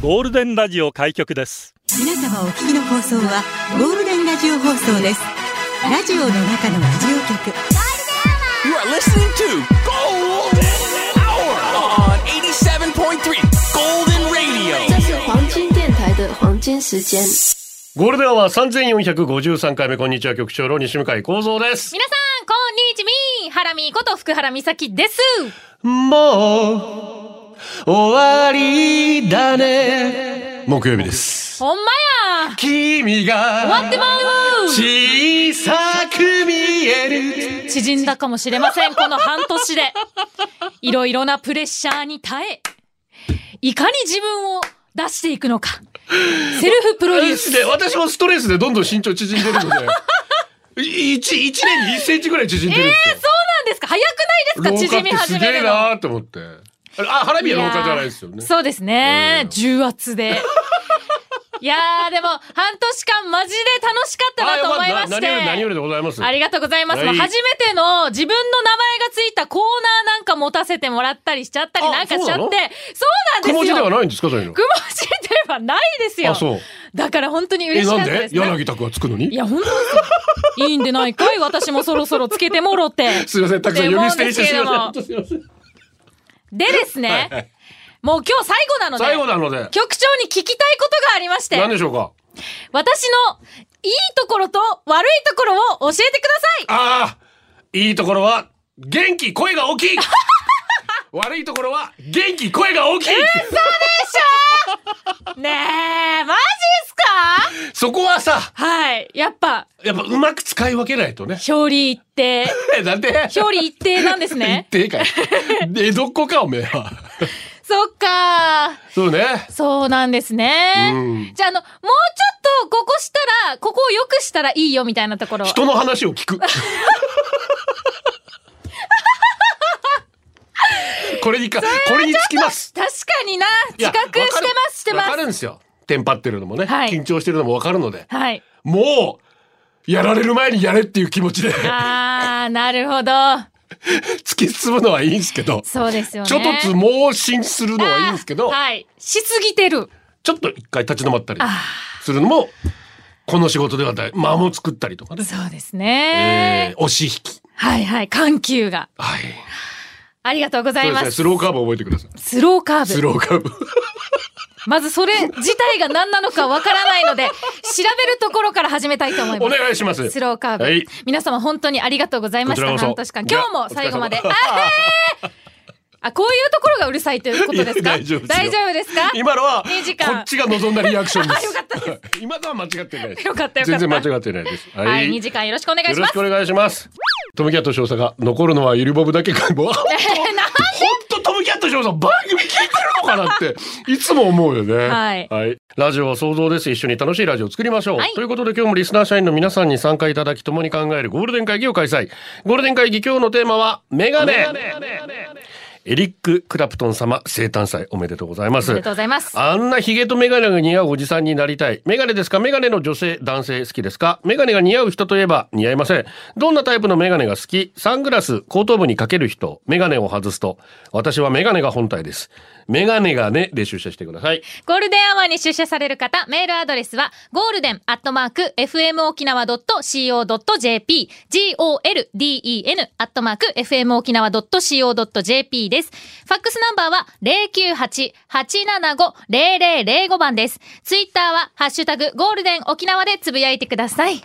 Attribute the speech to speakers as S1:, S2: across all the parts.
S1: ゴールデンラジオ開局です
S2: 皆様お聞きの放送はゴールデンラジオ放送ですラジオの中のラジオ局
S3: You are listening to Golden Hour on 87.3 Golden Radio.
S4: 这是黄金电台的黄金时间。
S5: ゴールデンは三千四百五十三回目こんにちは局長の西向井光三です。
S6: 皆さん、こんにちみハラミこと福原美咲です。
S5: もう終わりだね。木曜日です。
S6: ほんまや
S5: 君
S6: 終わっ
S5: が
S6: てまう
S5: 小さく見え る。
S6: 縮んだかもしれません、この半年で。いろいろなプレッシャーに耐え、いかに自分を出していくのか。セルフプロデュース。
S5: で私もストレスでどんどん身長縮んでるので。い一一年に一センチぐらい縮んでるんですよ。
S6: そうなんですか早くないですか縮み始める
S5: 老
S6: の。
S5: 化ってすげえなーと思って。あれあ花火は廊下じゃないですよ
S6: い
S5: ね
S6: やー。そうですね。
S5: うん
S6: 重圧で。いやー、でも、半年間マジで楽しかったなと思いまし
S5: あ
S6: て。
S5: よかった何より何よりでございます。
S6: ありがとうございます。
S5: はい
S6: 初めての自分の名前がついたコーナーなんか持たせてもらったりしちゃったり
S5: あ
S6: なんかしちゃって、
S5: そ
S6: そう
S5: なの
S6: うなんです
S5: く
S6: よ。
S5: も字では
S6: くも
S5: ないんですかそういうの。
S6: 字ではないですよ。
S5: あそう。
S6: だから本当に
S5: え
S6: 嬉し
S5: なん
S6: かったで、
S5: です
S6: ね。
S5: 柳田君はつくの
S6: い
S5: に。
S6: や、本当ですよ。いいんでないかい私もそろそろつけてもろて。
S5: すいませんたくさん呼び捨てにしてすいま
S6: っ
S5: せん。本当すいません
S6: でですね、もう今日最後なので、
S5: 最後なので
S6: 局長に聞きたいことがありまして、
S5: 何でしょうか。
S6: 私のいいところと悪いところを教えてください
S5: ああいいところは元気声が大きい。 悪いところは元気声が大きい。
S6: ねえ、マジっすか
S5: そこはさ
S6: はい。やっぱ、
S5: やっぱうまく使い分けないとね。
S6: 表裏一定。
S5: えなんで。
S6: 表裏一定なんです
S5: 言っ
S6: ね。
S5: てい いかい。江戸っ子かおめえは。
S6: そっかー。
S5: そうね。
S6: そうなんです
S5: うん
S6: ね。じゃあ、あの、もうちょっと、ここしたら、ここを良くしたらいいよ、みたいなところ。
S5: 人の話を聞 く。これにか、これにつきます。
S6: 確かにな、
S5: いや
S6: 自覚してます、してま
S5: わかるわかるん
S6: す。
S5: ですよ。テンパってるのもね、
S6: はい
S5: 緊張してるのもわかるので、
S6: はい。
S5: もうやられる前にやれっていう気持ちで
S6: あー、なるほど。
S5: 突き進むのはいいんですけど、
S6: そうですよね。
S5: ちょっとつ盲信するのはいいんですけど、
S6: あーはい。しすぎてる。
S5: ちょっと一回立ち止まったり
S6: あ
S5: するのもこの仕事では大間を作ったりとかね
S6: ー、、そうです
S5: え
S6: ね。
S5: ー押し引き、
S6: はいはい。緩急が。
S5: はい、
S6: ありがとうござ
S5: そ
S6: いう
S5: です
S6: ま
S5: ね。
S6: す。
S5: スローカーブ覚えてください。
S6: スローカーブ。
S5: スローカーブ。
S6: まずそれ自体が何なのかわからない ので、調べるところから始めたいと思い
S5: お
S6: ます。
S5: 願いします。
S6: スローカーブ、
S5: はい
S6: 皆様本当にありがとうございまし
S5: こちら
S6: た。
S5: こそ
S6: 半年間。
S5: じゃあ
S6: 今日も最後まで。
S5: お
S6: あ
S5: 疲れ様
S6: へーあ、こういうところがうるさいということです
S5: いや
S6: か
S5: 大丈夫ですよ
S6: 大丈夫ですか
S5: 今のはこ
S6: いい時間
S5: っちが望んだリアクション です。
S6: よかったで
S5: 今のは間違ってないです。
S6: よかったよ
S5: 全
S6: かった
S5: 然間違ってないです。は
S6: はい、2時間よろしくお願いし
S5: よろ
S6: ま
S5: し
S6: す。
S5: くお願いします。トムキャット少佐が残るのはゆりぼぶだけかも。 本
S6: えーな
S5: 当トムキャット少佐番組聞いてるのかなっていつも思うよね。
S6: はい
S5: ラジオは想像です。一緒に楽しいラジオを作りましょう。
S6: はい
S5: ということで今日もリスナー社員の皆さんに参加いただき共に考えるゴールデン会議を開催。ゴールデン会議今日のテーマはメガネ。エリック・クラプトン様生誕祭おめでとうございます。
S6: おめでとうございます。
S5: あんなヒゲとメガネが似合うおじさんになりたい。メガネですかメガネの女性、男性好きですかメガネが似合う人といえば似合いません。どんなタイプのメガネが好きサングラス、後頭部にかける人、メガネを外すと。私はメガネが本体です。メガネがねで出社してください。
S6: ゴールデンアワーに出社される方、メールアドレスは、ゴールデンアットマーク、fmokinawa.co.jp、golden アットマーク、fmokinawa.co.jp です。ファックスナンバーは、098-875-0005番です。ツイッターは、ハッシュタグ、ゴールデン沖縄でつぶやいてください。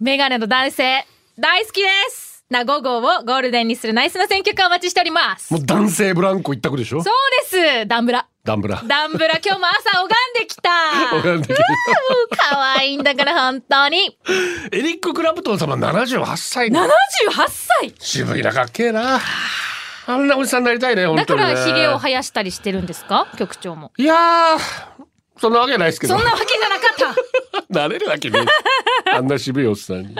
S6: メガネの男性、大好きですな午後をゴールデンにするナイスな選曲をお待ちしております。
S5: もう男性ブランコ一択でしょ
S6: そうですダンブラ。
S5: ダンブラ。
S6: ダンブラ今日も朝拝んできた。
S5: 拝んできた
S6: うわもう可愛いんだから本当に。
S5: エリック・クラプトン様78歳
S6: 78歳。
S5: 渋いな、かっけえな。あんなおじさんになりたいね、本
S6: だ
S5: 当
S6: か
S5: に、ね。
S6: らヒゲを生やしたりしてるんですか局長も。
S5: いやー、そんなわけないですけど。
S6: そんなわけじゃなかった。
S5: なれるわけねえ あんな渋いおっさんに。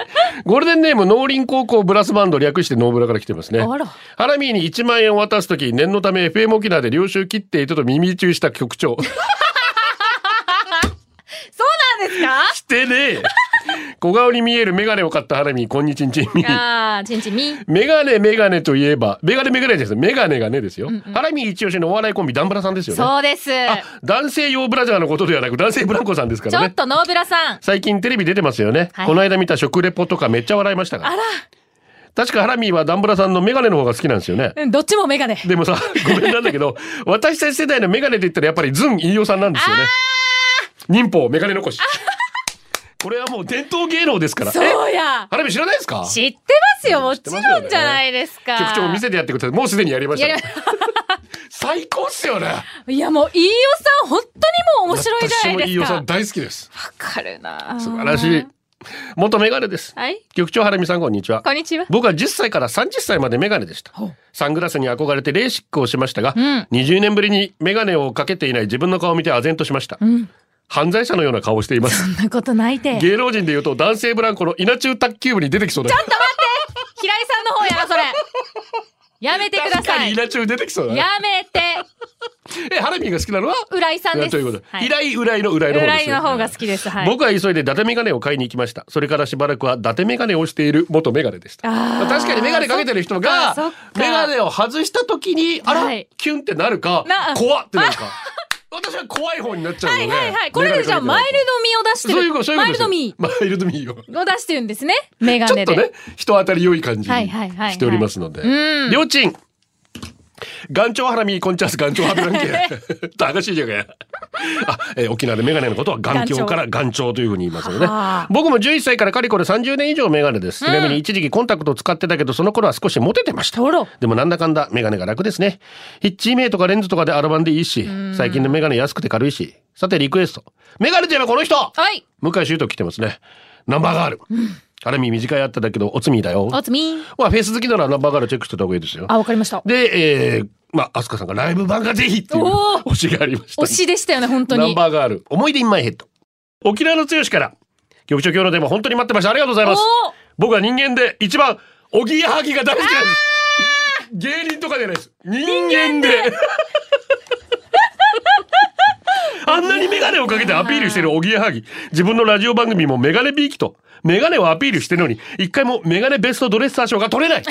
S5: ゴールデンネーム、農林高校ブラスバンド略してノーブラから来てますね。
S6: あら
S5: ハラミーに1万円を渡すとき、念のため FM 沖縄で領収切っていたと耳中した局長。
S6: そうなんですか
S5: してねえ。小顔に見えるメガネを買ったハラミ、こんにちんちんみ。
S6: ああ、ちんちんみ。
S5: メガネメガネといえば、メガネメガネじゃないです。メガネがねですよ。ハラミ一押しのお笑いコンビ、ダンブラさんですよね。
S6: そうです。
S5: あ、男性用ブラジャーのことではなく、男性ブランコさんですか
S6: ちょ
S5: ら
S6: っ
S5: ね。
S6: とノーブラさん。
S5: 最近テレビ出てますよね。
S6: はい
S5: この間見た食レポとかめっちゃ笑いましたから。
S6: あら
S5: 確かハラミはダンブラさんのメガネの方が好きなんですよね。
S6: うん、どっちもメガネ。
S5: でもさ、 ごめんなんだけど、私たち世代のメガネって言ったらやっぱりズン飯尾さんなんですよね。忍法メガネ残し。これはもう伝統芸能ですから。え
S6: そうや。
S5: 花火知らないですか
S6: 知ってますよ。もちろんじゃないですか。
S5: 局長見せてやってください。もうすでにやりました
S6: や
S5: よ
S6: り。
S5: 最高っすよね。
S6: いや、もう、飯尾さん、本当にもう面白いじゃ
S5: 私
S6: ない
S5: も
S6: です
S5: 飯尾
S6: か。
S5: さ
S6: わ
S5: ん大好きです。
S6: かるな。
S5: 素晴らしい。。元メガネです。
S6: はい。
S5: 局長原美さんこんにちは。
S6: こんにちは。
S5: 僕は10歳から30歳までメガネでした
S6: ほう。
S5: サングラスに憧れてレーシックをしましたが、
S6: うん
S5: 20年ぶりにメガネをかけていない自分の顔を見て唖然としました。
S6: うん。
S5: 犯罪者のような顔をしています
S6: そ。んなことないて。平井
S5: 芸能人でいうと男性ブランコの稲中卓球部に出てきそうだ。ちょっ
S6: さんの方や、それ。やめてくだ
S5: 確か
S6: さ
S5: に
S6: い。
S5: 稲中出てきそうだね
S6: や。めて。
S5: え、ハラミが好きなのは
S6: 浦井さんです。
S5: ということで。
S6: はい
S5: 依頼依頼の依頼の方
S6: 浦
S5: です
S6: 井
S5: よ。
S6: の方が好きです。はい。
S5: 僕は急いで伊達メガネを買いに行きました。それからしばらくは伊達メガネをしている元メガネでした。
S6: あー
S5: 確かにメガネかけてる人が
S6: そっかそっ、か
S5: メガネを外した時に、あら、
S6: はい
S5: キュンってなるか
S6: な、
S5: 怖ってな るか。私は怖い方になっちゃうの
S6: は
S5: で、
S6: い
S5: ね。
S6: はいはい。これでじゃあ、マイルドミを出してる。
S5: そういうこと、そういうこ
S6: マ
S5: と
S6: イ
S5: で
S6: ル
S5: すよ。
S6: ドミ
S5: マイルドミーを。
S6: を出してるんですね。メガ
S5: ちょ
S6: ネ
S5: っ
S6: で。
S5: とね、人当たり良い感じに
S6: はいはいはいはい
S5: しておりますので。
S6: うん
S5: りょうちん。眼長ハラミ、こんちゃす、眼長ハラミなん け。高しいじゃがや。あ、えー沖縄でメガネのことは眼鏡から眼長というふうに言いますよね
S6: はあ。
S5: 僕も11歳からかれこれ30年以上メガネです。ちなみに一時期コンタクトを使ってたけど、その頃は少しモテてました
S6: あら。
S5: でもなんだかんだメガネが楽ですね。ヒッチーメイとかレンズとかでアロマンでいいし、最近のメガネ安くて軽いし。さてリクエスト。メガネといえばこの人
S6: はい。
S5: 向井修斗来てますね。ナンバーガール。あれ見短いあっただけど、おつみだよ。
S6: おつみん。
S5: まあ、フェイス好きならナンバーガールチェックしてた方がいいですよ。
S6: あ、わかりました。
S5: で、えー、まあ、アスカさんがライブ版がぜひっていう
S6: おー
S5: 推しがありました。
S6: 推しでしたよね、本当
S5: ナン
S6: に。
S5: バーガール、思い出インマイヘッド。沖縄の剛から、局長今日のテーマ本当に待ってました。ありがとうござい
S6: お
S5: ま
S6: お
S5: す。僕は人間で一番、おぎやはぎが大好きなんです。芸人とかじゃないです。人間で。 あんなにメガネをかけてアピールしてるおぎやはぎ。自分のラジオ番組もメガネビーキと、メガネをアピールしてるのに、一回もメガネベストドレッサー賞が取れない。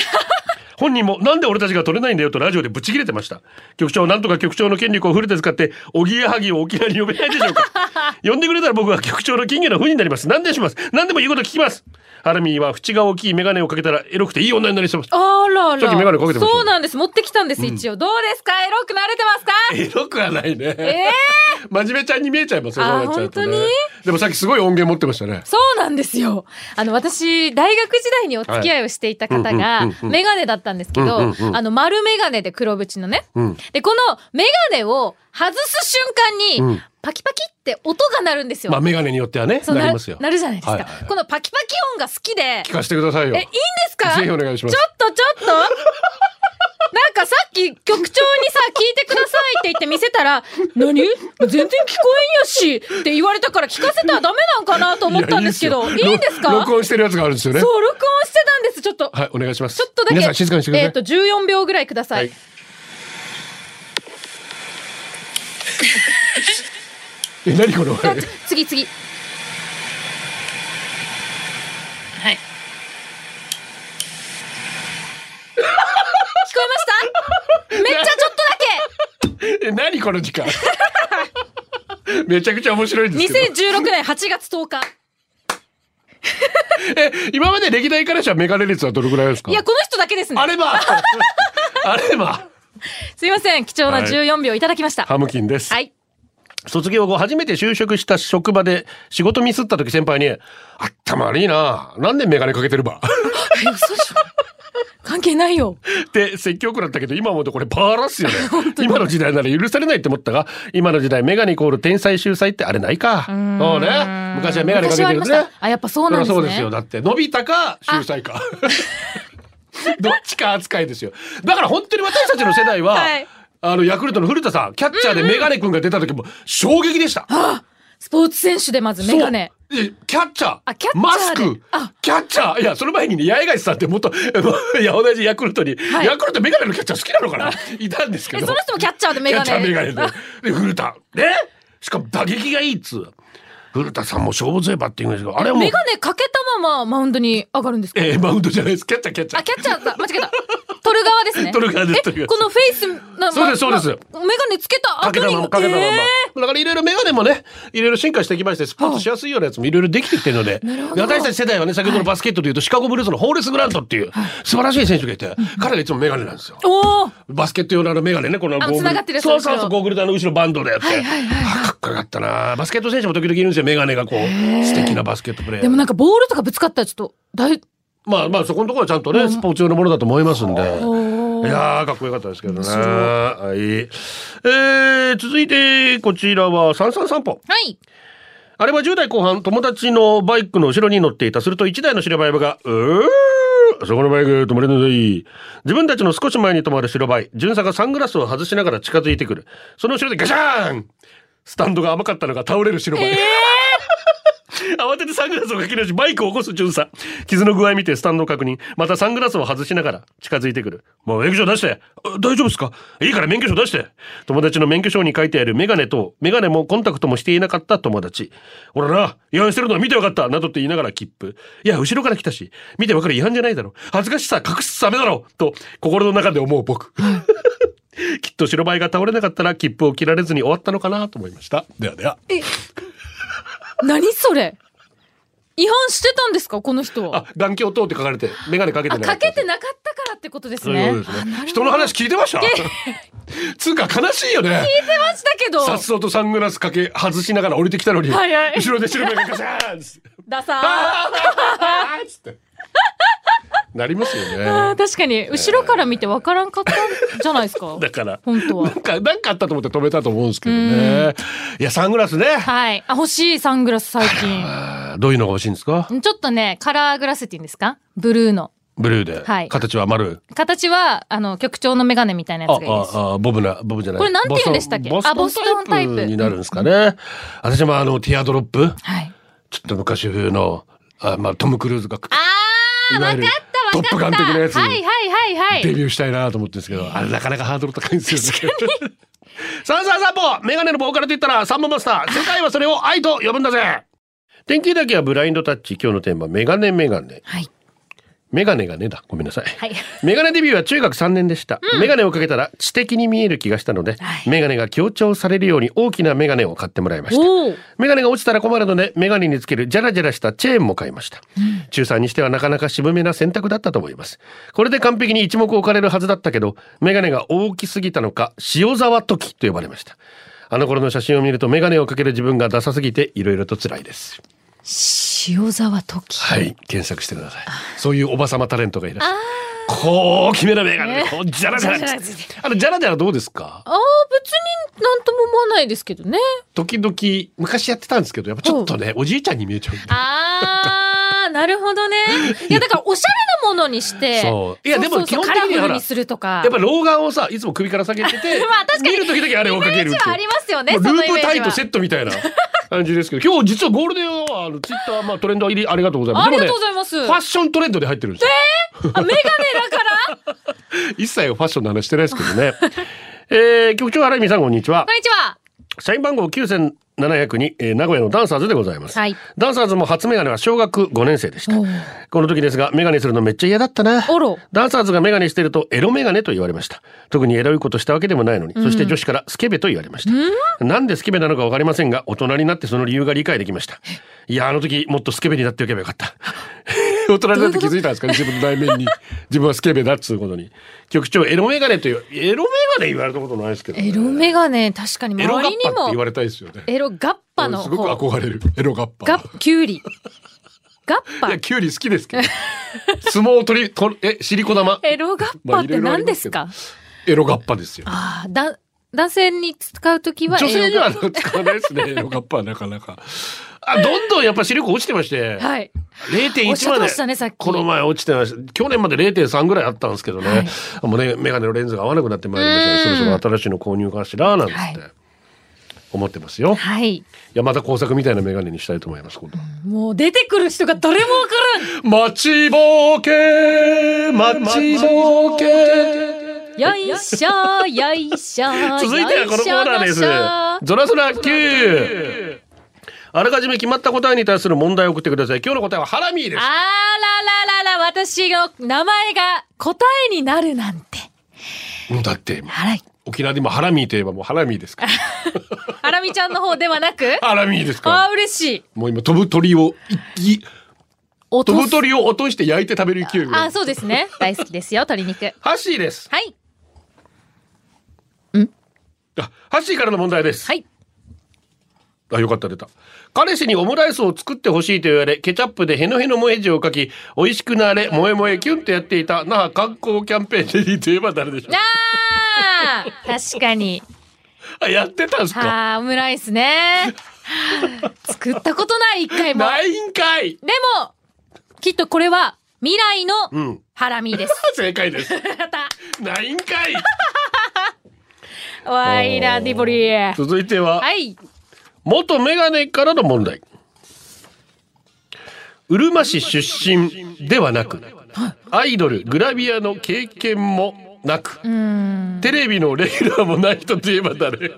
S5: 本人もなんで俺たちが取れないんだよとラジオでブチ切れてました。局長、なんとか局長の権力をフルで使って、おぎやはぎを沖縄に呼べないでしょうか。呼んでくれたら 僕は局長の金魚の風になります。何でします。何でも言うこと聞きます。ハラミーは縁が大きいメガネをかけたらエロくていい女になりそうです。
S6: あらら。
S5: さっきメガネかけてましたよ
S6: そうなんです。持ってきたんです、一応。どうですかエロくなれてますか
S5: エロくはないね。
S6: ええ
S5: 真面目ちゃんに見えちゃいますよ、
S6: あ
S5: そう
S6: ー
S5: なっちゃうとね
S6: 本当に
S5: でもさっきすごい音源持ってましたね。
S6: そうなんですよ。あの、私、大学時代にお付き合いをしていた方
S5: はいうん
S6: が
S5: うんうん、うん
S6: メガネだったんですけど、
S5: うんうんうん
S6: あの、丸メガネで黒縁のね。
S5: うん。
S6: で、このメガネを外す瞬間
S5: う
S6: に、
S5: ん
S6: パキパキって音が鳴るんですよ。
S5: まあ、メガネによってはね、
S6: そう
S5: な
S6: な
S5: り
S6: る
S5: ますよ。
S6: なるじゃないですか、
S5: はいはいはい
S6: このパキパキ音が好きで、
S5: 聞かせてくださいよ
S6: え、いいん。ですか
S5: ぜひお願いします
S6: ちょっとちょ っとなんかさっき局長にさ、聞いてくださいって言って見せたら、何全然聞こえんやしって言われたから聞かせたらダメなんかなと思ったんですけど、い
S5: や
S6: い
S5: よ
S6: んですか
S5: ろ録音してるやつがあるんですよね
S6: そ。う、録音してたんです、ちょっと。
S5: はい、お願いします。
S6: ちょっとだけ。
S5: 皆さん静かにしてください。
S6: えっ、と、14秒ぐらいくださ
S5: は
S6: い。
S5: い。え、何この。
S6: あつ次、次。
S7: はい。
S6: 聞こえましためっちゃちょっとだ け
S5: え、何この時間。めちゃくちゃ面白いんですけど。
S6: 2016年8月10日。
S5: え、今まで歴代からしたらメガネ率はどれぐらいですか。
S6: いや、この人だけですね
S5: あ。れば。 あれば。
S6: すいません。貴重な14秒いただきました。
S5: ハムキンです。
S6: はい。
S5: 卒業後初めて就職した職場で仕事ミスった時先輩に、あったま悪いな。なんでメガネかけてるば。
S6: 関係ないよ。
S5: って説教くらったけど今思うとこれパーラっ すよね今の時代なら許されないって思ったが今の時代メガネイコール天才秀才ってあれないかそうね昔はメガネかけてる
S6: 昔
S5: と
S6: はあり
S5: ね
S6: ましたあやっぱそうなんですね
S5: そりゃそうですよだって伸びたか秀才 かどっちか扱いですよだから本当に私たちの世代は、
S6: はい
S5: あのヤクルトの古田さんキャッチャーでメガネ君が出た時も衝撃でした、
S6: スポーツ選手でまずメガネ。
S5: そう。えキャッチャー。
S6: あキャッチャーで
S5: マスク
S6: あ。
S5: キャッチャー。いや、その前にね、八重樫さんって元、 いや、同じヤクルトに、
S6: い
S5: ヤクルトメガネのキャッチャー好きなのか ないたんですけ
S6: え、
S5: ど。
S6: その人もキャッチャーでメガネ。
S5: キャッチャーメガネで。で、古田。ねしかも打撃がいいっつう。古田さんも勝負強いバッティングですけど、あれはもう
S6: メ、ガネかけたままマウンドに上がるんですか
S5: えー、マウンドじゃないです。キャッチャー、キャッチャ
S6: あ、
S5: ー。
S6: キャッチャーだった。間違えた。取る側ですね。
S5: 取る側です取る
S6: え、
S5: 側
S6: このフェイスの、
S5: そうですそうです
S6: まメガネつけた
S5: かけ
S6: 後
S5: た
S6: に
S5: まま、かけたまま。
S6: え
S5: だからいろいろメガネもね、いろいろ進化してきまして、スポーツしやすいようなやつもいろいろできてきてるので、で私たち世代はね、先ほどのバスケットでいうと、シカゴブルースのホーレス・グラントっていう、素晴らしい選手がいて、彼がいつもメガネなんですよ。
S6: ーおー
S5: バスケット用のあのメガネね、この
S6: あ
S5: ゴーグ
S6: 繋がってる
S5: ル。
S6: やつ
S5: そうそうそう、ゴーグルであの後ろバンドでやって。あかっこよかったなバスケット選手も時々いるんですよ、メガネがこう、素敵なバスケットプレーヤー。
S6: でもなんかボールとかぶつかったらちょっと、だい、
S5: まあまあそこのところはちゃんとね、スポーツ用のものだと思いますんで。い
S6: おー
S5: やー、かっこよかったですけどね。はい。えー、続いて、こちらは、三三散歩。
S6: はい。
S5: あれは10代後半、友達のバイクの後ろに乗っていた。すると1台の白バイが、うーそこのバイク止まれなさい。自分たちの少し前に止まる白バイ。巡査がサングラスを外しながら近づいてくる。その後ろでガシャーンスタンドが甘かったのが倒れる白バイ。慌ててサングラスをかけ直し、バイクを起こす巡査。傷の具合見てスタンドを確認。またサングラスを外しながら近づいてくる。もう免許証出して。あ大丈夫ですかいいから免許証出して。友達の免許証に書いてあるメガネと、メガネもコンタクトもしていなかった友達。俺らな、違反してるのは見てよかった。などと言いながら切符。いや、後ろから来たし、見てわかる違反じゃないだろ。恥ずかしさ隠すためだろ。と、心の中で思う僕。 きっと白バイが倒れなかったら切符を切られずに終わったのかなと思いました。ではでは。
S6: 何それ違反してたんですかこの人は
S5: あ。、眼鏡等って書かれて、メガネかけて
S6: あ、
S5: ない。
S6: かけてなかったからってことです
S5: そうい
S6: ね。
S5: うことです
S6: あなるほ
S5: ね。
S6: ど
S5: 人の話聞いてましたつうか悲しいよね。
S6: 聞いてましたけど。
S5: さっそうとサングラスかけ外しながら降りてきたのに、
S6: はいはい
S5: 後ろで白目がガシャーンっつって
S6: ダサー
S5: あーっつ って。なります
S6: あ
S5: よ
S6: ー
S5: ね。
S6: 確かに、後ろから見てわからんかったんじゃないで すか
S5: だから。
S6: 本当
S5: な
S6: は
S5: ん。か、なんかあったと思って止めたと思うんですけどね。いや、サングラスね。
S6: はい。あ、欲しい、サングラス最近。
S5: あーどういうのが欲しいんですか
S6: ちょっとね、カラーグラスって言うんですかブルーの。
S5: ブルーで。
S6: はい
S5: 形は丸。
S6: 形は、あの、局長のメガネみたいな
S5: あ、
S6: やつがいいです。
S5: あ、あ、ボブな、ボブじゃない。
S6: これなんて言うんでしたっけ
S5: ボストン
S6: あボストンタイプ
S5: になるんですかね。私もあの、ティアドロップ。
S6: はい。
S5: ちょっと昔風の、あまあ、トム・クルーズが
S6: あー、
S5: いわ
S6: わか
S5: ゆ
S6: っ
S5: る
S6: た、わか
S5: ト
S6: った。
S5: ップガン的なやつ
S6: はい、はい、はい、は
S5: デ
S6: い。
S5: ビューしたいなと思ってるんですけど、あれなかなかハードル高いんですよ、ね。さあさあさあぽメガネのボーカルと言ったらサンボマスター世界はそれを愛と呼ぶんだぜ天気だけはブラインドタッチ今日のテーマメガネメガネ
S6: はい。
S5: メガネがねだごめんなさい、
S6: はい。
S5: メガネデビューは中学3年でした、メガネをかけたら知的に見える気がしたので、
S6: はい
S5: メガネが強調されるように大きなメガネを買ってもらいました
S6: おー。
S5: メガネが落ちたら困るので、メガネにつけるジャラジャラしたチェーンも買いました。中3にしてはなかなか渋めな選択だったと思います。これで完璧に一目置かれるはずだったけど、メガネが大きすぎたのか、塩沢時と呼ばれました。あの頃の写真を見るとメガネをかける自分がダサすぎていろいろと辛いです。
S6: 塩沢時。
S5: はい、検索してください。そういうおばさまタレントがいらっしゃる。こう、決めなメガネで、こう、ジャラジャラ
S6: ジャラジャラ
S5: つって。あの、ジャラジャラどうですか
S6: あー、別になんとも思わないですけどね。
S5: 時々、昔やってたんですけど、やっぱちょっとね、おじいちゃんに見えちゃうんで。
S6: あー、なるほどね。いや、だから、おしゃれなものにして。
S5: そういやでも
S6: そうそうそう
S5: 基本的には
S6: カラ
S5: ほ
S6: フル
S5: ら
S6: にするとか。
S5: やっぱ老眼をさいつも首から下げてて
S6: まあ確かに
S5: 見る時だけあれをかけるって
S6: イメージはありますよね
S5: もう
S6: その
S5: ル
S6: イ
S5: ー
S6: メ
S5: プ
S6: ージは
S5: タイとセットみたいな感じですけど今日実はゴールデンはあのツイッター、まあ、トレンド入りありがとうございます
S6: ありがとうございます
S5: でもねファッショントレンドで入ってるんですよ、
S6: あ、メガネだから こ
S5: 一切ファッションの話してないですけどね えー、局長荒井美さんこんにちは
S6: んにちは。
S5: 社員番号9700に、えー名古屋のダンサーズでございます、
S6: はい
S5: ダンサーズも初メガネは小学5年生でした
S6: おう
S5: この時ですがメガネするのめっちゃ嫌だったな
S6: おろ
S5: ダンサーズがメガネしてるとエロメガネと言われました特にエロいことしたわけでもないのに、そして女子からスケベと言われました、なんでスケベなのかわかりませんが大人になってその理由が理解できましたいやあの時もっとスケベになっておけばよかった 大人になって気づいたんですかね自分の内面に自分はスケベだっつうことに局長エロメガネというエロメガネ言われたことないですけどね、
S6: エロメガネ、確かに
S5: エロガッパ
S6: 周
S5: って
S6: りに
S5: 言わ
S6: も、
S5: れたいですよね
S6: エロガッパの
S5: すごく
S6: 方、
S5: 憧れるエロガッパ
S6: ガッ、キュウリ。ガッ
S5: い
S6: パ
S5: や。キュウリ好きですけど相撲取り取るえシリコ玉
S6: エロガッパって何ですか、
S5: エロガッパですよ
S6: あーだ男性に使うときは
S5: 女性
S6: エ
S5: に
S6: ロガ
S5: は使わないですね。エロガッパはなかなか。あ、どんどんやっぱ視力落ちてまして。
S6: はい。おっし
S5: 0.1
S6: ゃ
S5: ま
S6: って
S5: で
S6: ましたねさっき
S5: この前落ちてました去年まで0.3ぐらいあったんですけどね、
S6: はい
S5: もうねメガネのレンズが合わなくなってまいりましたね
S6: うん
S5: そろそろ新しいの購入かしらなんつって、
S6: はい
S5: 思ってますよい
S6: はい。
S5: やまた工作みたいなメガネにしたいと思います今度
S6: もう出てくる人が誰もわからん。
S5: 待ちぼうけ待ちぼうけ
S6: よいしょ、よいしょ。
S5: 続いてはこのコーナーです
S6: よいしょよいしょ。
S5: ゾラゾラ Q あらかじめ決まった答えに対する問題を送ってください。今日の答えはハラミーで
S6: あ
S5: す。
S6: らららら、私の名前が答えになるなんて。
S5: もうだって、
S6: はい。
S5: 沖縄でもハラミーといえばもうハラミーです から。
S6: ハラミちゃんの方ではなく
S5: ハラミーです
S6: あ
S5: か
S6: あ、嬉しい。
S5: ら。もう今飛ぶ鳥を一匹、
S6: お
S5: 飛ぶ鳥を落として焼いて食べる勢いぐら
S6: あ、
S5: い。
S6: そうですね。大好きですよ、鶏肉。
S5: ハッシーです。
S6: はい。
S5: あ、ハッシーからの問題です。
S6: はい。
S5: あ、よかった、出た。彼氏にオムライスを作ってほしいと言われ、ケチャップでヘノヘノ萌え字を書き、美味しくなれ、萌え萌えキュンとやっていた、那覇観光キャンペーンデリーといえば誰でしょう
S6: ああ確かに。
S5: あ、やってたんすか
S6: はあ、オムライスね。作ったことない、一回も。
S5: ないんかい
S6: でも、きっとこれは、未来
S5: う
S6: の
S5: ん
S6: ハラミです。
S5: 正解です。
S6: やった
S5: ないんかい
S6: ワイラディボリー。
S5: 続いては、
S6: はい。
S5: 元メガネからの問題。うるま市出身ではなく、アイドル、グラビアの経験もなく、テレビのレギュラーもない人といえば誰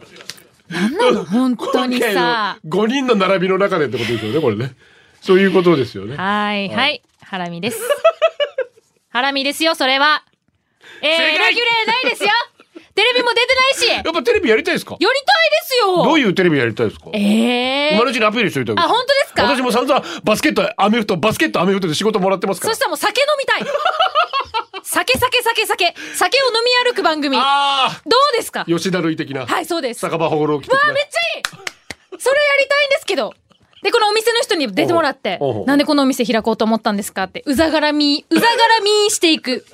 S6: 本当にさ。
S5: 5人の並びの中でってことですよね、これね。そういうことですよね。
S6: はい、はい。ハラミです。ハラミですよ、それは。えー、レギ
S5: 正
S6: ュレー
S5: 解
S6: ないですよテレビも出てないしやり
S5: やっぱテレビやりたいですか
S6: たいですよ
S5: どういうテレビやりたいですか
S6: ええ
S5: 今のうちにアピールしておいた方がいい
S6: あ本当ですか
S5: 私も散々バスケット、アメフト、バスケット、アメフトで仕事もらってますか
S6: そ
S5: ら
S6: し。たらもう酒飲みたい酒酒酒酒酒を飲み歩く番組ど
S5: ああ
S6: うですか
S5: 吉田類的な。
S6: はい、そうです。わ
S5: 酒場放浪記的
S6: あ、
S5: な
S6: めっちゃいいそれやりたいんですけど。で、このお店の人に出てもらって
S5: おうおう、
S6: なんでこのお店開こうと思ったんですかって、うざがらみ、うざがらみしていく。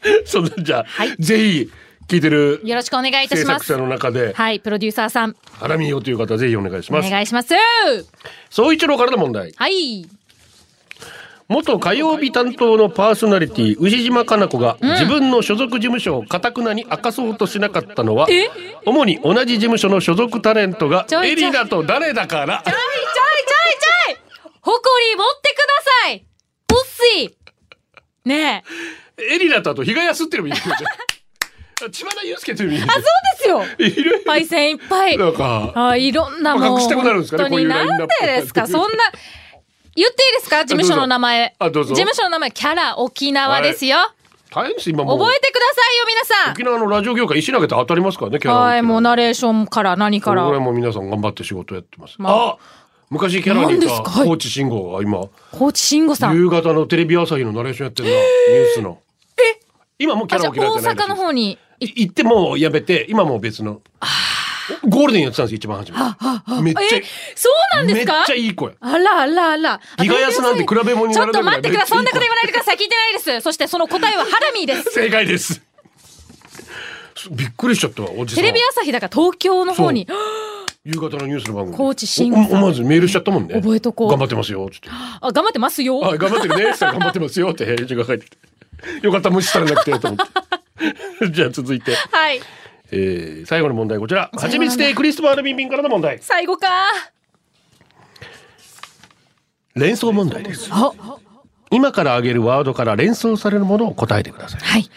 S5: そんなじゃあ、ぜひ聞いてる
S6: よろしくお願いいた
S5: 制
S6: しま
S5: 作
S6: す
S5: 者。の中で、
S6: はい、プロデューサーさん、
S5: ハラミをという方ぜひお願いし
S6: お
S5: ます。
S6: 願いします。
S5: 総一郎からの問題。
S6: はい。
S5: 元火曜日担当のパーソナリティ牛島かな子が自分の所属事務所をかたくなに明かそうとしなかったのは
S6: え
S5: 主に同じ事務所の所属タレントが
S6: ちょい
S5: エ
S6: ちょい
S5: リだと誰だから
S6: ちょいちょいちょいちょい誇り持ってくださいおっしいねえ。
S5: エリだとあと日が安っていうのもいい ですよね千葉田祐介という意味
S6: あ、そうですよ
S5: いろい
S6: パイセンいっぱい。
S5: ろなんか
S6: あいろんなもう。
S5: 隠したくなるんですかね
S6: 本
S5: こ
S6: 当
S5: うい
S6: に
S5: うラインナ
S6: な
S5: ップ
S6: んでですか、そんな。言っていいですか事務所の名前。
S5: あどうぞ
S6: 事務所の名前、キャラ沖縄ですよ。
S5: 大変です今もう
S6: 覚えてくださいよ、皆 さん。
S5: 沖縄のラジオ業界石投げて当たりますからねキャラの
S6: はい、もうナレーションから何
S5: こ
S6: か
S5: れぐらい
S6: ら。
S5: もう皆さん頑張って仕事やってます、
S6: ま
S5: あ
S6: あ
S5: 昔キャラに
S6: 何
S5: い
S6: で
S5: た
S6: すかはい
S5: 高知慎吾が今
S6: 高知慎吾さん。
S5: 夕方のテレビ朝日のナレーションやってるなニュースのえ今もうキャ
S6: あ、じ
S5: ラ
S6: ゃあ
S5: 沖縄
S6: 大
S5: じゃないらしいで
S6: 阪の
S5: す
S6: 方に。
S5: い行ってもうやめて今もう別のゴールデンやってたんですよ一番初めめっ
S6: え
S5: ちゃいい、
S6: そうなんで
S5: めっ
S6: す
S5: ち
S6: か
S5: ゃいい声
S6: あらあらあら。あ
S5: ギガ安なんて比べ物に
S6: ち
S5: な
S6: ょ
S5: らな
S6: っ
S5: い
S6: と
S5: ぐら
S6: 待
S5: い
S6: ってください。そんなこと言わないでください。聞いてないです。そしてその答えはハラミ ーです。
S5: 正解ですびっくりしちゃったわおじさ
S6: テ
S5: ん
S6: レビ朝日だから東京の方に。
S5: 夕方のニュースの番組
S6: 高知慎吾さん
S5: お思わずメールしちゃったもんね
S6: 覚えとこう
S5: 頑張ってますよつって
S6: あ、頑張ってますよ。
S5: あ頑張ってるねさあ頑張ってますよって返事が返ってきてよかった無視されなくてと思って じゃあ続いて、
S6: はい。
S5: えー最後の問題こちらはちみつでクリストファールビンビンからの問題
S6: 最後か。
S5: 連想問題です今から挙げるワードから連想されるものを答えてください
S6: はい。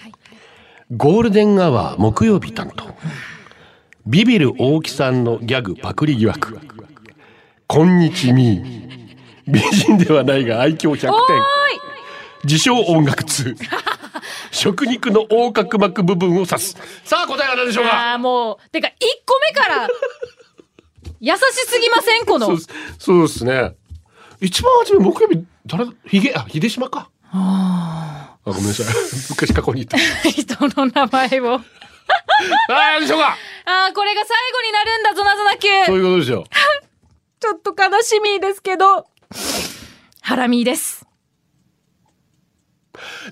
S5: ゴールデンアワー木曜日担当ビビる大木さんのギャグパクリ疑惑こんにちみー美人ではないが愛嬌100点
S6: おーい
S5: 自称音楽通食肉の横隔膜部分を指すさあ答えは何でしょうか
S6: あーもう、てか、1個 目から、優しすぎませんこ
S5: そう
S6: の
S5: で。すそうですね一番初め木曜日誰だひげあ秀島かあごめんなさい 昔過去に言った
S6: 人の名前を。
S5: ああでしょうか
S6: あーこれが最後になるんだ、ゾナゾナ級。
S5: そういうことですよ
S6: ちょっと悲しみですけど、ハラミーです。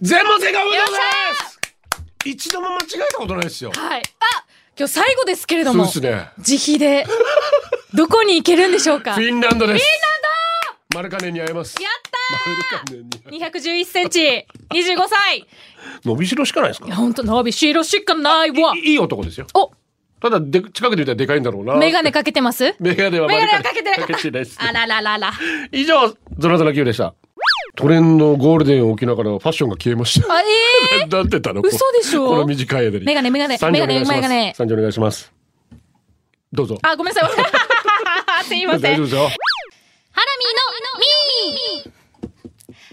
S5: 全問正解おめでとうござい
S6: よっし
S5: ます一度も間違えたことないですよ
S6: はい。あ今日最後ですけれど
S5: そう
S6: も、
S5: ですね
S6: 自費で、どこに行けるんでしょうか
S5: フィンランドですマルカネに会えます
S6: や
S5: マルカネに会え
S6: ったー !211 センチ、25歳。い
S5: 伸びしろしかないですか
S6: や、ほんと、伸びしろしかないわ
S5: い。いいい男ですよ
S6: お、
S5: ただで近くで見たらでかいんだろうな
S6: メガネかけてます
S5: メガネは
S6: メガネはかけてな
S5: か
S6: か
S5: けてないで
S6: っ
S5: す
S6: た。あらららら。
S5: 以上ゾラゾラ Q でしたトレンドゴールデンを沖ながらファッションが消えました
S6: あ、ええ
S5: なんてたの
S6: 嘘でしょ
S5: この短い間に
S6: メガネメガネ
S5: 三条お願いします
S6: メガネメガネ
S5: 三条お願いしますどうぞ
S6: あ、ごめんなさい。すいま
S5: 大
S6: せ
S5: 丈夫で。
S6: ん
S5: すよ
S6: ハラミーのミー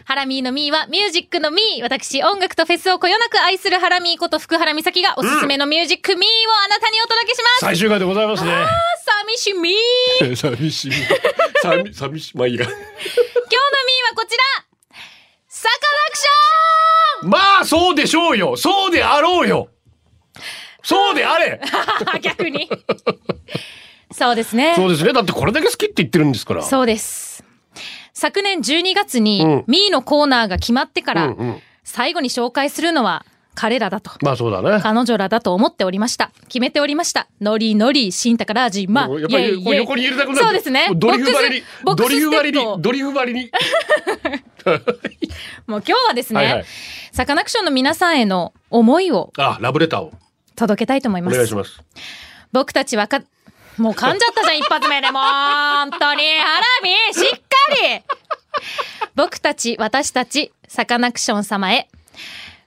S6: ハラミーのミーはミュージックのミー。私、音楽とフェスをこよなく愛するハラミーこと福原美咲がおすすめのミュージックミーをあなたにお届けします。
S5: 最終回でございますね。
S6: 寂しみ ー。
S5: 寂しい。寂寂しい。まあいいや。
S6: 今日のミーはこちらサカナクシ
S5: まあそうでしょうよ。そうであろうよ。そうであれ。
S6: ョン 逆に。そうですね。
S5: そうですね。だってこれだけ好きって言ってるんですから。
S6: そうです。昨年12月に、
S5: うん
S6: ミーのコーナーが決まってか
S5: う
S6: ら、
S5: んうん。
S6: 最後に紹介するのは彼らだと。
S5: まあそうだね。
S6: 彼女らだと思っておりました。決めておりました。ノリノリ、シンタカラージンマ。
S5: もうやっぱ
S6: イェイ
S5: り
S6: イ
S5: こう
S6: ェイ
S5: 横にいるだけだ
S6: そうですね。
S5: ドリフバリに
S6: ボック
S5: ド
S6: ス
S5: リフバリ
S6: ボックスステップを
S5: にドリフバリに。
S6: もう今日はですね、
S5: はいはい
S6: サカナクションの皆さんへの思いを
S5: あラブレターを
S6: 届けたいと思い
S5: お
S6: ます。
S5: 願いします。
S6: 僕たちはか、もう噛んじゃったじゃん、一発目でもう。本当に、ハラミ、しっかり僕たち、私たち、サカナクション様へ。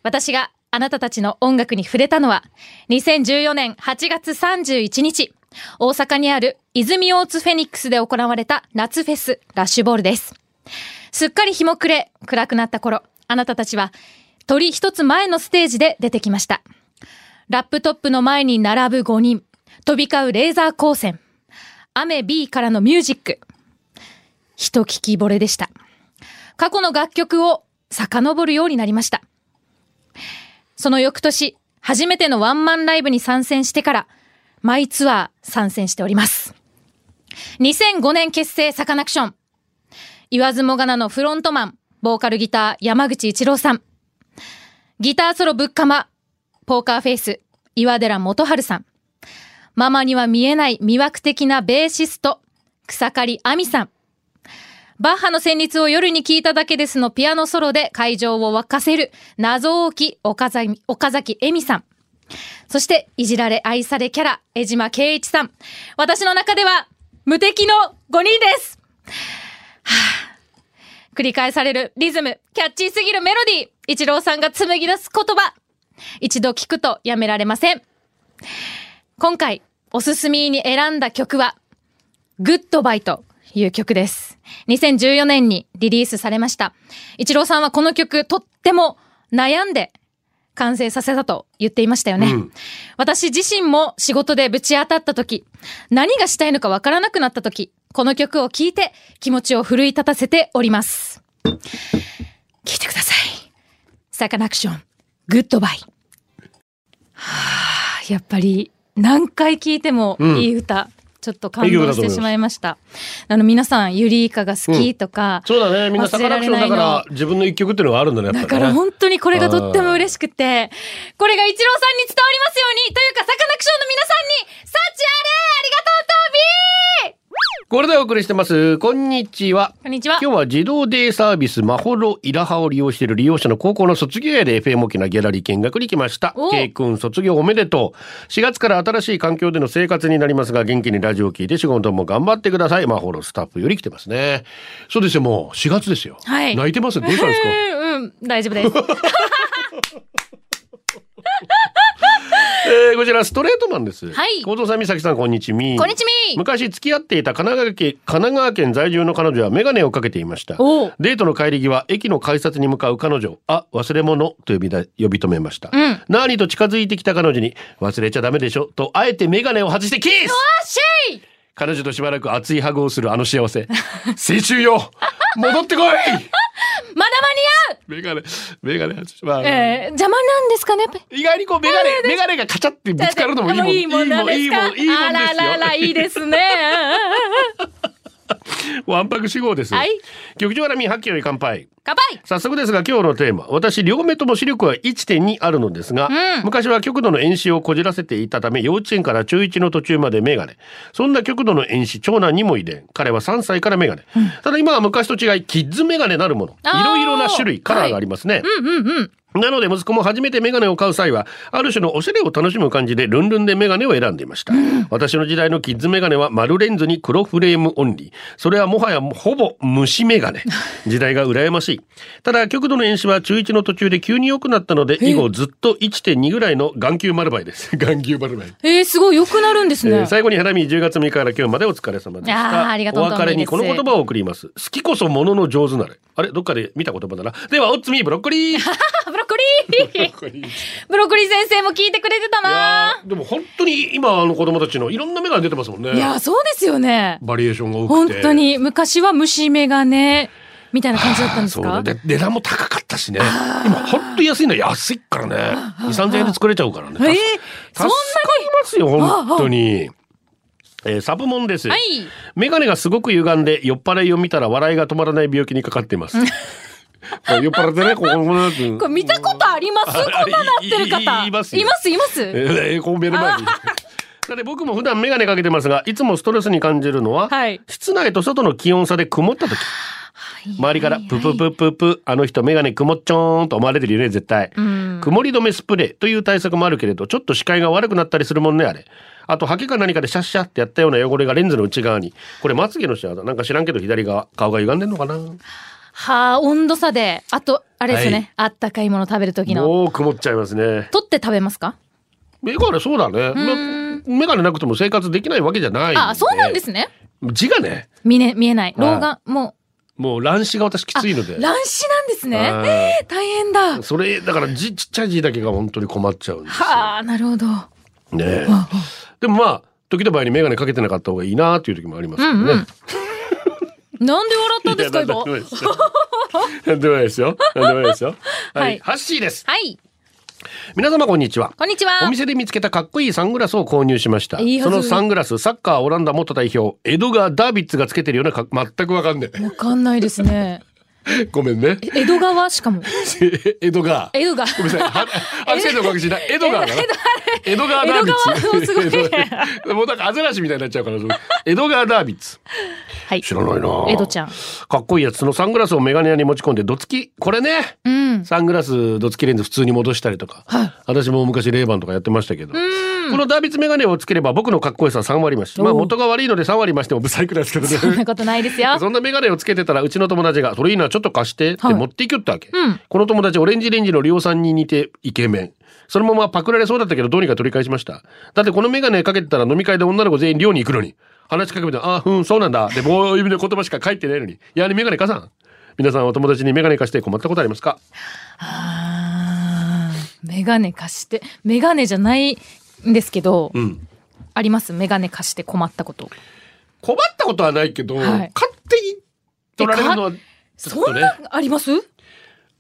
S6: 私があなたたちの音楽に触れたのは、2014年8月31日、大阪にある泉大津フェニックスで行われた夏フェス、ラッシュボールです。すっかり日も暮れ、暗くなった頃、あなたたちは、鳥一つ前のステージで出てきました。ラップトップの前に並ぶ5人。飛び交うレーザー光線。雨 B からのミュージック。一聞き惚れでした。過去の楽曲を遡るようになりました。その翌年、初めてのワンマンライブに参戦してから、マイツアー参戦しております。2005年結成サカナクション。言わずもがなのフロントマン、ボーカルギター山口一郎さん。ギターソロぶっかま、ポーカーフェイス、岩寺元春さん。ママには見えない魅惑的なベーシスト、草刈亜美さん。バッハの旋律を夜に聴いただけですのピアノソロで会場を沸かせる謎多き岡崎岡崎恵美さん。そして、いじられ愛されキャラ、江島圭一さん。私の中では、無敵の5人です。はぁ繰り返されるリズム、キャッチーすぎるメロディー、一郎さんが紡ぎ出す言葉。一度聞くとやめられません。今回、おすすめに選んだ曲は、グッドバイという曲です。2014年にリリースされました。一郎さんはこの曲、とっても悩んで完成させたと言っていましたよね。私自身も仕事でぶち当たった時、何がしたいのかわからなくなった時、この曲を聴いて気持ちを奮い立たせております。聴いてください。サカナクション、グッドバイ。はあ、やっぱり何回聴いてもいい歌。ちょっと感動してしまいました。あの皆さん、ユリイカが好きとか、
S5: そうだね。みんなサ
S6: 忘
S5: カ
S6: れら
S5: ナクション
S6: れな
S5: だ
S6: いの
S5: から自分の一曲っていうのがあるんだね。やっぱり
S6: だ
S5: ね
S6: から本当にこれがとっても嬉しくて、これが一郎さんに伝わりますように、というか、サカナクションの皆さんに、幸あれありがとうと
S5: これでお送りしてます。こんにちは。
S6: こんにちは
S5: 今日は自動デイサービス、まほろイラハを利用している利用者の高校の卒業やで FM 沖縄ギャラリー見学に来ました
S6: お。
S5: K 君卒業おめでとう。4月から新しい環境での生活になりますが、元気にラジオを聞いて仕事も頑張ってください。まほろスタッフより来てますね。そうですよ、もう4月ですよ。
S6: はい
S5: 泣いてますよどうしたんですか
S6: ビーうん、うん、大丈夫です。
S5: えーこちらストレートマンです。
S6: はい
S5: 近藤さん、美咲さん、こんにちみ。
S6: こんにちみ
S5: 昔付き合っていた神奈川県神奈川県在住の彼女はメガネをかけていました。
S6: おう
S5: デートの帰り際、駅の改札に向かう彼女を、あ、忘れ物と呼びだ呼び止めました。
S6: ん
S5: 何と近づいてきた彼女に、忘れちゃダメでしょと、あえてメガネを外してキス
S6: あシェイ
S5: 彼女としばらく熱いハグをするあの幸せ。青春よ戻ってこい
S6: まだ間に
S5: メガネ、メガネ外しまあ
S6: 合うえー、邪魔なんですかねやっぱり
S5: 意外にこうメガネ、メガネがカチャってぶつかるのもいいもん。
S6: いいもんなんで
S5: い
S6: す
S5: いも
S6: か
S5: ん、いいもん、いいもんです
S6: あ
S5: よ。
S6: ららら、いいですね。
S5: わんぱく主号です。
S6: はい
S5: 局長ラミン発揮より乾杯。
S6: 乾杯
S5: 早速ですが今日のテーマ私両目とも視力は1.2あるのですが、
S6: うん
S5: 昔は極度の遠視をこじらせていたため幼稚園から中1の途中まで眼鏡そんな極度の遠視長男にも遺伝彼は3歳から眼鏡、ただ今は昔と違いキッズ眼鏡なるものい
S6: あー
S5: ろいろな種類カラーがありますね、
S6: うんうんうん。
S5: なので息子も初めてメガネを買う際は、ある種のおしゃれを楽しむ感じでルンルンでメガネを選んでいました。私の時代のキッズメガネは丸 レンズに黒フレームオンリー。それはもはやほぼ虫メガネ。時代が羨ましい。い。ただ、極度の遠視は中1の途中で急に良くなったので、以後ずっと1.2ぐらいの眼球丸梅です。眼球丸梅。
S6: えー、すごい良くなるんです
S5: え
S6: ね。
S5: ー最後に花見10月6日から今日までお疲れ様でし
S6: あー
S5: た。
S6: ありがとう
S5: お別れにこの言葉を送ります。好きこそものの上手なれ。あれどっかで見た言葉だな。では、おつみブロッコリー。
S6: あ、ブロッコリ
S5: い
S6: ーブロッコリー先生も聞いてくれてた
S5: や
S6: な
S5: ーでも本当に今あの子供たちのいろんな目が出てますもんね。
S6: いや、そうですよね。
S5: バリエーションが多
S6: 本
S5: くて。
S6: 当に、昔は虫眼鏡、みたいな感じだったんです
S5: そう
S6: か
S5: だで値段も高かったしね。今本当に安いのは安いからね。2、3000円で作れちゃうからね。
S6: え
S5: 助
S6: ー、そんなに
S5: かりますよ、本当に。えーサブモンです。
S6: はい。
S5: メガネがすごく歪んで酔っ払いを見たら笑いが止まらない病気にかかっています。酔っ払ってね、こここの後
S6: これ見たことありますこんななってる
S5: いい
S6: 方。
S5: いいますよ
S6: います、います。
S5: えーえ ーこう目の前に。だって僕も普段メガネかけてますが、いつもストレスに感じるのは、
S6: はい
S5: 室内と外の気温差で曇った時。周りからプププププ、あの人メガネ曇っちょーんと思われてるよね、絶対。曇り止めスプレーという対策もあるけれど、ちょっと視界が悪くなったりするもんね、あれ。あと、ハケか何かでシャッシャってやったような汚れがレンズの内側に。これ、まつげの下だ。なんか知らんけど、左側、顔が歪んでんのかな
S6: はあ、温度差で、あと、あれですよね、
S5: は
S6: あったかいもの食べる時の。
S5: もう曇っちゃいますね。
S6: 取って食べますか
S5: メガネ、そうだね。まメガネなくても生活できないわけじゃないんで。
S6: あ、そうなんですね。
S5: 字がね、
S6: 見ね、見えない。
S5: はい
S6: 老眼、も
S5: もう乱視が私き
S6: う。
S5: ついので。
S6: あ乱視なんですね。
S5: はい
S6: えー大変だ。
S5: それ、だから字、ちっちゃい字だけが本当に困っちゃうんです
S6: はあ、なるほど。
S5: よ。ねえでもまあ、時と場合にメガネかけてなかった方がいいなっていう時もありますけ どね。
S6: うんうんなんで笑ったんですか、
S5: いやな
S6: 今。
S5: んでもないですよ。なんでもないですよ。なんでもないですよ。は
S6: はい
S5: い。ハッシーです。
S6: はい、
S5: 皆様こんにちは。
S6: こんにちは。
S5: お店で見つけたかっこいいサングラスを購入しました。
S6: いいはず
S5: そのサングラス、サッカーオランダ元代表、エドガー・ダービッツがつけてるようなか、全くわかんね
S6: わかんないですね。
S5: え。 ごめんね。
S6: 江戸川しかも。
S5: エドガー。
S6: 江戸川。
S5: ごめん なさい。アクセントおかけしない。エドガーだな。エドガーダービッツ。
S6: 江戸川の す
S5: もうなんかアザラシみたいになっちゃうから、そのエドガーダービッツ。
S6: はい。
S5: 知らないな
S6: 江戸ちゃん。
S5: かっこいいやつ、そのサングラスをメガネ屋に持ち込んで、ドツキ、これね。
S6: うん。
S5: サングラス、ドツキレンズ普通に戻したりとか。私も昔レイバンとかやってましたけど。このダービッツメガネをつければ僕のかっこよさは3割増し。まあ元が悪いので3割増しても不細工ですけどね。
S6: そん なことないです よ。
S5: そんなメガネをつけてたらうちの友達が「それいいなちょっと貸して」って
S6: はい
S5: 持っていきよったわけ、
S6: うん
S5: この友達オレンジレンジの量産に似てイケメンそのままパクられそうだったけどどうにか取り返しましただってこのメガネかけてたら飲み会で女の子全員寮に行くのに話しかけて「ああうんそうなんだ」で棒指の言葉しか書いてないのに「やはりメガネ貸さん」皆さんお友達にメガネ貸して困ったことありますか
S6: あーメガネ貸して。メガネじゃないんですけど、
S5: ん
S6: ありますメガネ貸して困ったこと。
S5: 困ったことはないけど、
S6: はい
S5: 勝手に取られるのはちょっ
S6: そ
S5: と
S6: ん
S5: ね
S6: な、あります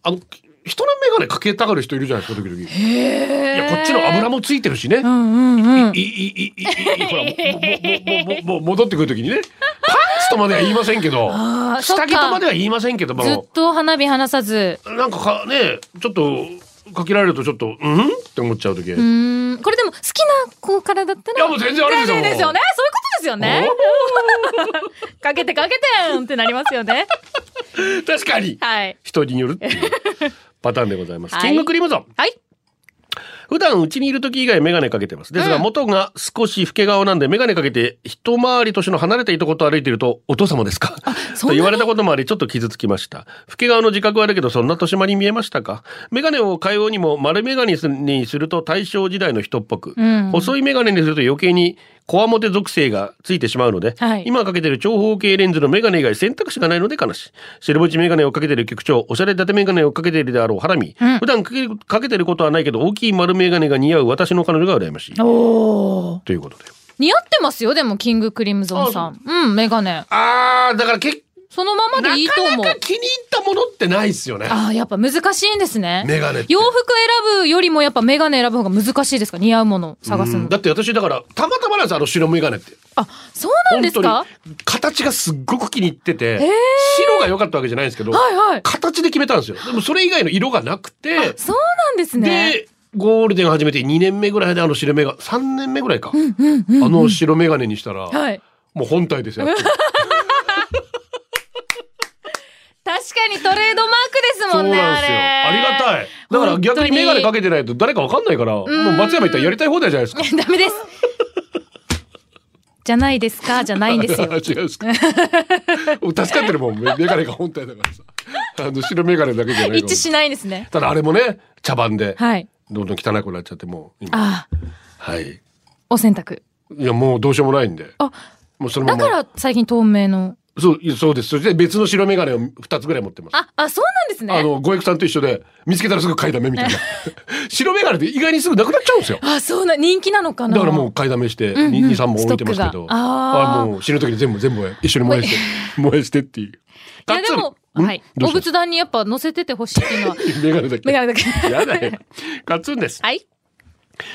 S5: あの人のメガネかけたがる人いるじゃないですか時々。い
S6: へえ。
S5: やこっちの油もついてるしね、
S6: うんうんうん
S5: い。いいいいいほらももも もも戻ってくるときにねパンツとまでは言いませんけど
S6: あー
S5: 下着とまで
S6: そっ
S5: は言いませんけど
S6: かず
S5: も
S6: っと花火離さず。
S5: なんかかねちょっとかけられるとちょっとうんって思っちゃうとき、
S6: うーん。これでも好きな子からだったら。
S5: いやもう全然あれですよ
S6: 全然ですよね。そういうことですよね。 かけてかけてんってなりますよね。
S5: 確かに
S6: はい。
S5: 人によるっていうパターンでございます、
S6: はい
S5: キングクリムゾン
S6: はい。
S5: 普段うちにいる時以外メガネかけてます。ですが、
S6: うん
S5: 元が少し老け顔なんで、メガネかけて一回り年の離れていとこと歩いていると、お父様ですかと
S6: そんなに
S5: 言われたこともあり、ちょっと傷つきました。老け顔の自覚はあるけど、そんな年間に見えましたかメガネを買いようにも丸メガネにすると大正時代の人っぽく、
S6: うん
S5: 細いメガネにすると余計にこわもて属性がついてしまうので、
S6: はい
S5: 今かけてる長方形レンズのメガネ以外選択肢がないので悲しい。シルボチメガネをかけてる局長、おしゃれ立てメガネをかけているであろうハラミ。
S6: うん
S5: 普段かけるかけてることはないけど、大きい丸メガネが似合う私の彼女が羨ましい。
S6: おー
S5: ということで。
S6: 似合ってますよ、でも、キングクリムゾンさん。うん、メガネ。
S5: あー、だから結
S6: そのままでいいと思う。
S5: 気に入ったものってないですよね
S6: ああ、やっぱ難しいんですね。
S5: メガネって
S6: 洋服選ぶよりもやっぱメガネ選ぶ方が難しいですか似合うもの探す
S5: うん
S6: の。
S5: だって私だからたまたまなんですあの白メガネって
S6: あ、そうなんですか
S5: に形がすっごく気に入ってて、白が良かったわけじゃないんですけど、
S6: はいはい
S5: 形で決めたんですよでもそれ以外の色がなくて、
S6: そうなんですね。
S5: でゴールデン始めて2年目ぐらいであの白メガ3年目ぐらいか、あの白メガネにしたら、
S6: はい。
S5: もう本体 ですよ
S6: 確かにトレードマークです
S5: そう
S6: も
S5: ん
S6: ね、
S5: なんですよ
S6: あ
S5: あ
S6: れ。
S5: りがたいだから逆にメガネかけてないと誰かわかんないからもう松山行ったらやりたい放題じゃないですか
S6: ダメです。じゃないです かじゃないんですよ。
S5: 違うんですか助かってるもんメガネが本体だからさあの白眼鏡だけじゃない
S6: 一致しないですね。
S5: ただあれもね茶番で
S6: はい。
S5: どんどん汚くなっちゃってもう今
S6: ああ、
S5: はい
S6: お洗濯。
S5: いやもうどうしようもないんで
S6: あ、
S5: もうそのま
S6: だ
S5: ま
S6: から最近透明の。
S5: そういやそうですそれで別の白眼鏡を二つぐらい持ってます
S6: あ、あ、そうなんです
S5: あ
S6: ね。
S5: の、ごえくさんと一緒で、見つけたらすぐ買いだめみたいな。 白眼鏡って意外にすぐなくなっちゃうんですよ。
S6: あ、そうな、人気なのかな。
S5: だからもう買いだめして、2、3本置いてますけ
S6: ストッ
S5: ど
S6: ク。があー
S5: もう死ぬ時に全部全部一緒に燃やして、燃やしてっていう。
S6: いやでも、
S5: ん
S6: はい。
S5: どう
S6: お
S5: した
S6: 仏壇にやっぱ乗せててほしいっていう のは。
S5: メガネだけ。
S6: メガネだけ
S5: やだよ。カツンです。
S6: はい。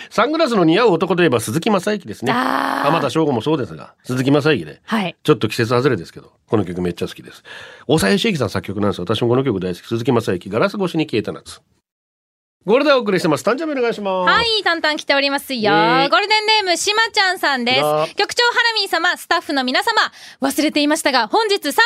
S5: サングラスの似合う男といえば鈴木雅之ですね。
S6: あー
S5: 浜田省吾もそうですが、鈴木雅之で。
S6: はい。
S5: ちょっと季節外れですけど、この曲めっちゃ好きです。大沢良之さん作曲なんですよ。私もこの曲大好き。鈴木雅之、ガラス越しに消えた夏。ゴールデンお送りしてます。誕生日お願いします。
S6: はい、タンタン来ておりますよ。ゴ
S5: えー
S6: ールデンネーム、しまちゃんさんです
S5: いや。
S6: 局長ハラミー様、スタッフの皆様、忘れていましたが、本日3月30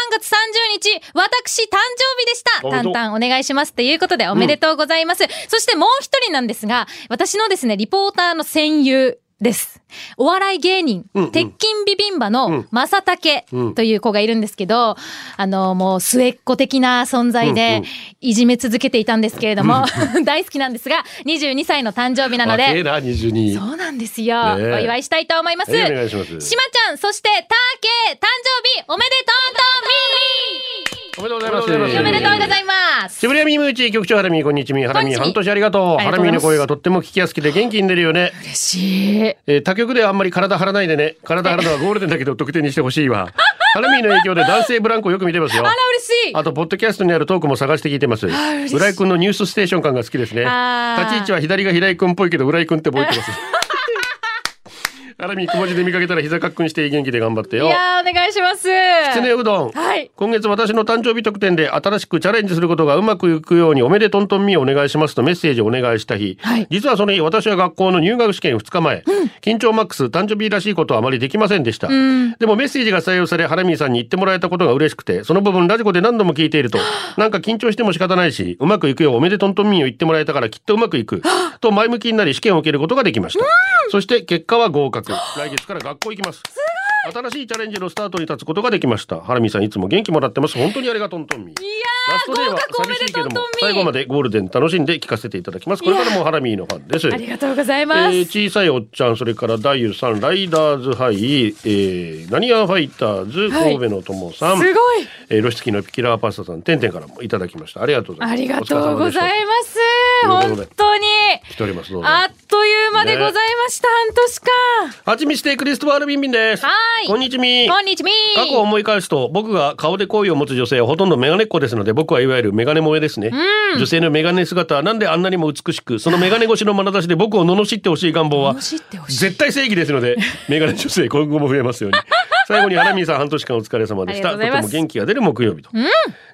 S6: 日、私、誕生日でした。
S5: おめで
S6: タ
S5: とう
S6: ンタンお願いします。ということで、おめでとうございます。そしてもう一人なんですが、私のですね、リポーターの戦友。です。お笑い芸人、
S5: うんうん
S6: 鉄筋ビビンバの
S5: ん
S6: 正竹という子がいるんですけど、あの、もう末っ子的な存在
S5: うん
S6: で
S5: うん、
S6: いじめ続けていたんですけれども、 大好きなんですが、22歳の誕生日なの
S5: 若え
S6: で、
S5: な22
S6: そうなんですよ。
S5: ねえ
S6: お祝いしたいと思います。
S5: ええお願いします
S6: まちゃん、そして、たーけー、誕生日、おめでと
S5: おめでとうございますお
S6: うとみーおめでとうございます。
S5: 渋谷ミムーチ局長ハラミーこんにちみハラミー
S6: こん
S5: 半
S6: にちみ
S5: 年ありがとう
S6: あり
S5: ハ
S6: が
S5: ラ
S6: とう
S5: ミー
S6: ございます
S5: の声がとっても聞きやすくて元気に出るよね、
S6: 嬉しい。
S5: えー、他局ではあんまり体張らないでね体張るのはゴールデンだけど特典にしてほしいわ ハラミーの影響で男性ブランコよく見てますよ
S6: あら、嬉しい。
S5: あとポッドキャストにあるトークも探して聞いてます
S6: 嬉しい
S5: 浦井くんのニュースステーション感が好きですね
S6: あー
S5: 立ち位置は左が平井くんっぽいけど浦井くんって覚えて ますハラミー小文字で見かけたら膝かっくんして元気で頑張って
S6: い
S5: よ
S6: やー、お願いします。
S5: きつねうどん、
S6: はい
S5: 今月私の誕生日特典で新しくチャレンジすることがうまくいくようにおめでとんとんみーお願いしますとメッセージをお願いした日、
S6: はい
S5: 実はその日私は学校の入学試験2日前、緊張マックス誕生日らしいことはあまりできませんでした、
S6: ん
S5: でもメッセージが採用されハラミーさんに言ってもらえたことが嬉しくてその部分ラジコで何度も聞いているとなんか緊張しても仕方ないしうまくいくよおめでとんとんみーを言ってもらえたからきっとうまくいくと前向きになり試験を受けることができました、そして結果は合格来月から学校行きます新しいチャレンジのスタートに立つことができましたハラミさんいつも元気もらってます本当にありがとうトンミー
S6: いや
S5: ラストデーは
S6: 合格おめ
S5: 寂
S6: で
S5: し
S6: と
S5: い
S6: う
S5: けども
S6: トンミー
S5: 最後までゴールデン楽しんで聞かせていただきますこれからもハラミーのファンです
S6: ー、ありがとうございます。
S5: えー小さいおっちゃんそれから大優さんライダーズハイ、えー、ナニアファイターズ
S6: はい
S5: 神戸の友さん、
S6: すごい。
S5: えーロシツキのピキラーパスタさんてんてんからもいただきましたありがとうございます
S6: ありがとうござ
S5: ま
S6: います。
S5: お疲れ様でし
S6: 本
S5: た
S6: 当に。
S5: す来ておりますどうぞ
S6: あっという間でございました。半年間。
S5: はちみしてクリストファールビンビンです
S6: はーい
S5: こんにちみ
S6: こんにちみ
S5: 過去を思い返すと僕が顔で好意を持つ女性はほとんどメガネっ子ですので僕はいわゆるメガネ萌えですね、女性のメガネ姿はなんであんなにも美しくそのメガネ越しの眼差しで僕を罵ってほしい願望は
S6: 罵ってほしい
S5: 絶対正義ですの でメガネ女性今後も増えます ように最後にハラミーさん半年間お疲れ様でした
S6: ありがとうございます
S5: ても元気が出る木曜日と、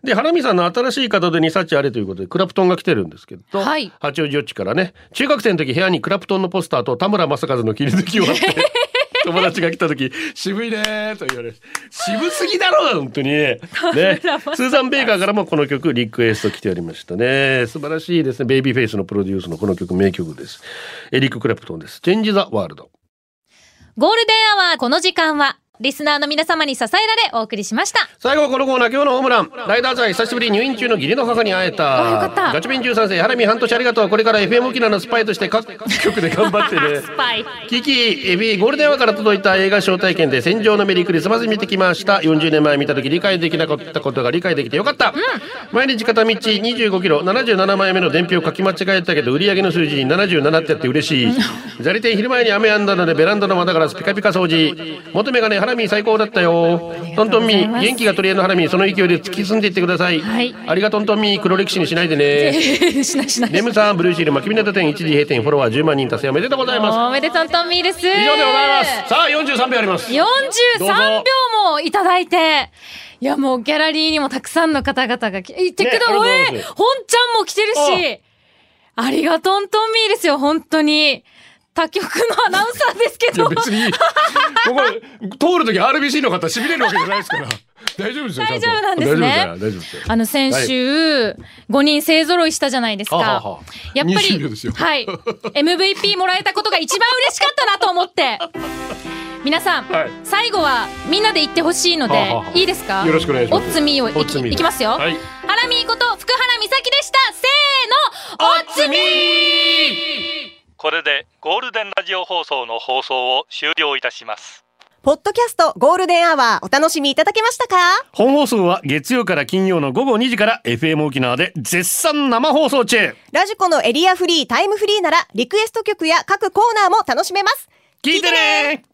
S5: でハラミーさんの新しい門出に幸あれということでクラプトンが来てるんですけど、
S6: はい
S5: 八王子よっちからね中学生の時部屋にクラプトンのポスターと田村正和の切り抜きをあって 友達が来た時「渋いね」と言われる渋すぎだろ本当にねスーザン・ベイカーからもこの曲リクエスト来ておりましたね素晴らしいですねベイビーフェイスのプロデュースのこの曲名曲ですエリック・クラプトンです「チェンジ・ザ・ワールド」
S6: ゴールデンアワー、この時間は、リスナーの皆様に支えられお送りしました。
S5: 最後はこのコーナー今日のホームランライダーズアイ久しぶりに入院中の義理の母に会えた
S6: あよかった
S5: ガチビン13世ハラミ半年ありがとうこれから FM 沖縄のスパイとして各局で頑張ってね
S6: スパ イ。
S5: キキエビゴールデンアワーから届いた映画招待券で戦場のメリークリスマス見てきました40年前見た時理解できなかったことが理解できてよかった、毎日片道25キロ77枚目の伝票を書き間違えたけど売り上げの数字に77ってやって嬉しい砂利店昼前に雨やんだのでベランダの窓ガラスピカピカ掃除元メガネハラミー最高だったよトントンミー元気が取り柄のハラミーその勢いで突き進んでいってください、
S6: はい
S5: ありがとうトンミー黒歴史にしないで ね
S6: しないしない。
S5: レムさんブルーシール巻き港店一時閉店フォロワー10万人達成おめでとうございます
S6: おめでとうトンミーです。以上
S5: 以上でございます。さあ、43秒あります。どうぞ
S6: 43秒もいただいて、いやもうギャラリーにもたくさんの方々が来て、えてけ
S5: ありがとう
S6: ど、
S5: ござい
S6: え
S5: ます
S6: ー本ちゃんも来てるし、ありがとんとんみーですよ、本当に。 他局のアナウンサーですけ
S5: いや
S6: ど、
S5: 別に、ここ、通るとき RBC の方、痺れるわけじゃないですから。大丈夫ですよ、ちゃと
S6: 大丈夫なんです
S5: 大丈
S6: ね
S5: 夫ですよ大丈夫ですよ。
S6: あの先週、5人勢揃いしたじゃないですか。
S5: はあはあはあ
S6: やっぱ
S5: 20
S6: り、
S5: 秒ですよ
S6: はい。MVP もらえたことが一番嬉しかったなと思って。皆さん、
S5: はい
S6: 最後はみんなで言ってほしいので、
S5: はあはあ
S6: いいですか
S5: よろしくお願いします
S6: オッツミーをい
S5: オッツミー
S6: きいきますよ、
S5: はい
S6: ハラミーこと福原美咲でしたせーのオッツミ
S1: これでゴールデンラジオ放送の放送を終了いたします
S8: ポッドキャストゴールデンアワーお楽しみいただけましたか
S5: 本放送は月曜から金曜の午後2時から FM 沖縄で絶賛生放送中
S8: ラジコのエリアフリータイムフリーならリクエスト曲や各コーナーも楽しめます
S5: 聞いてね